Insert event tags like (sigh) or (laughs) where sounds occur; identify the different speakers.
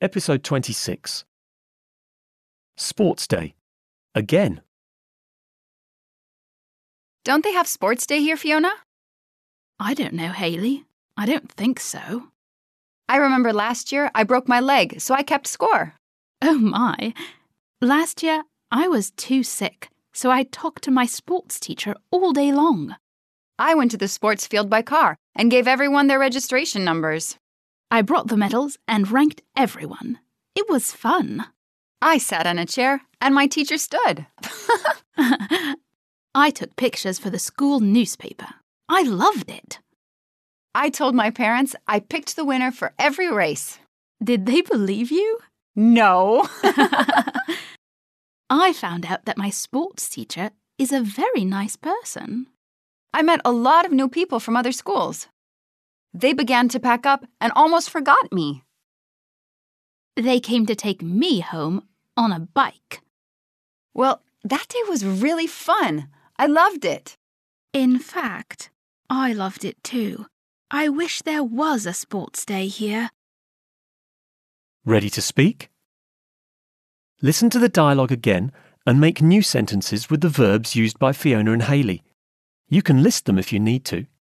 Speaker 1: Episode 26 Sports Day. Again.
Speaker 2: Don't they have sports day here, Fiona? I don't know, Haley. I don't think so. I remember last year I broke my leg, so I kept score. Oh my. Last year I was too sick, so I talked to my sports teacher all day long. I went to the sports field by car and gave everyone their registration numbers. I brought the medals and ranked everyone. It was fun. (laughs) I sat on a chair and my teacher stood. (laughs) I took pictures for the school newspaper. I loved it. I told my parents I picked the winner for every race. Did they believe you? (laughs) No. (laughs) I found out that my sports teacher is a very nice person. I met a lot of new people from other schools. They began to pack up and almost forgot me. They came to take me home on a bike. Well, that day was really fun. I loved it.
Speaker 3: In fact, I loved it too. I wish there was a sports day here.
Speaker 1: Ready to speak? Listen to the dialogue again and make new sentences with the verbs used by Fiona and Haley. You can list them if you need to.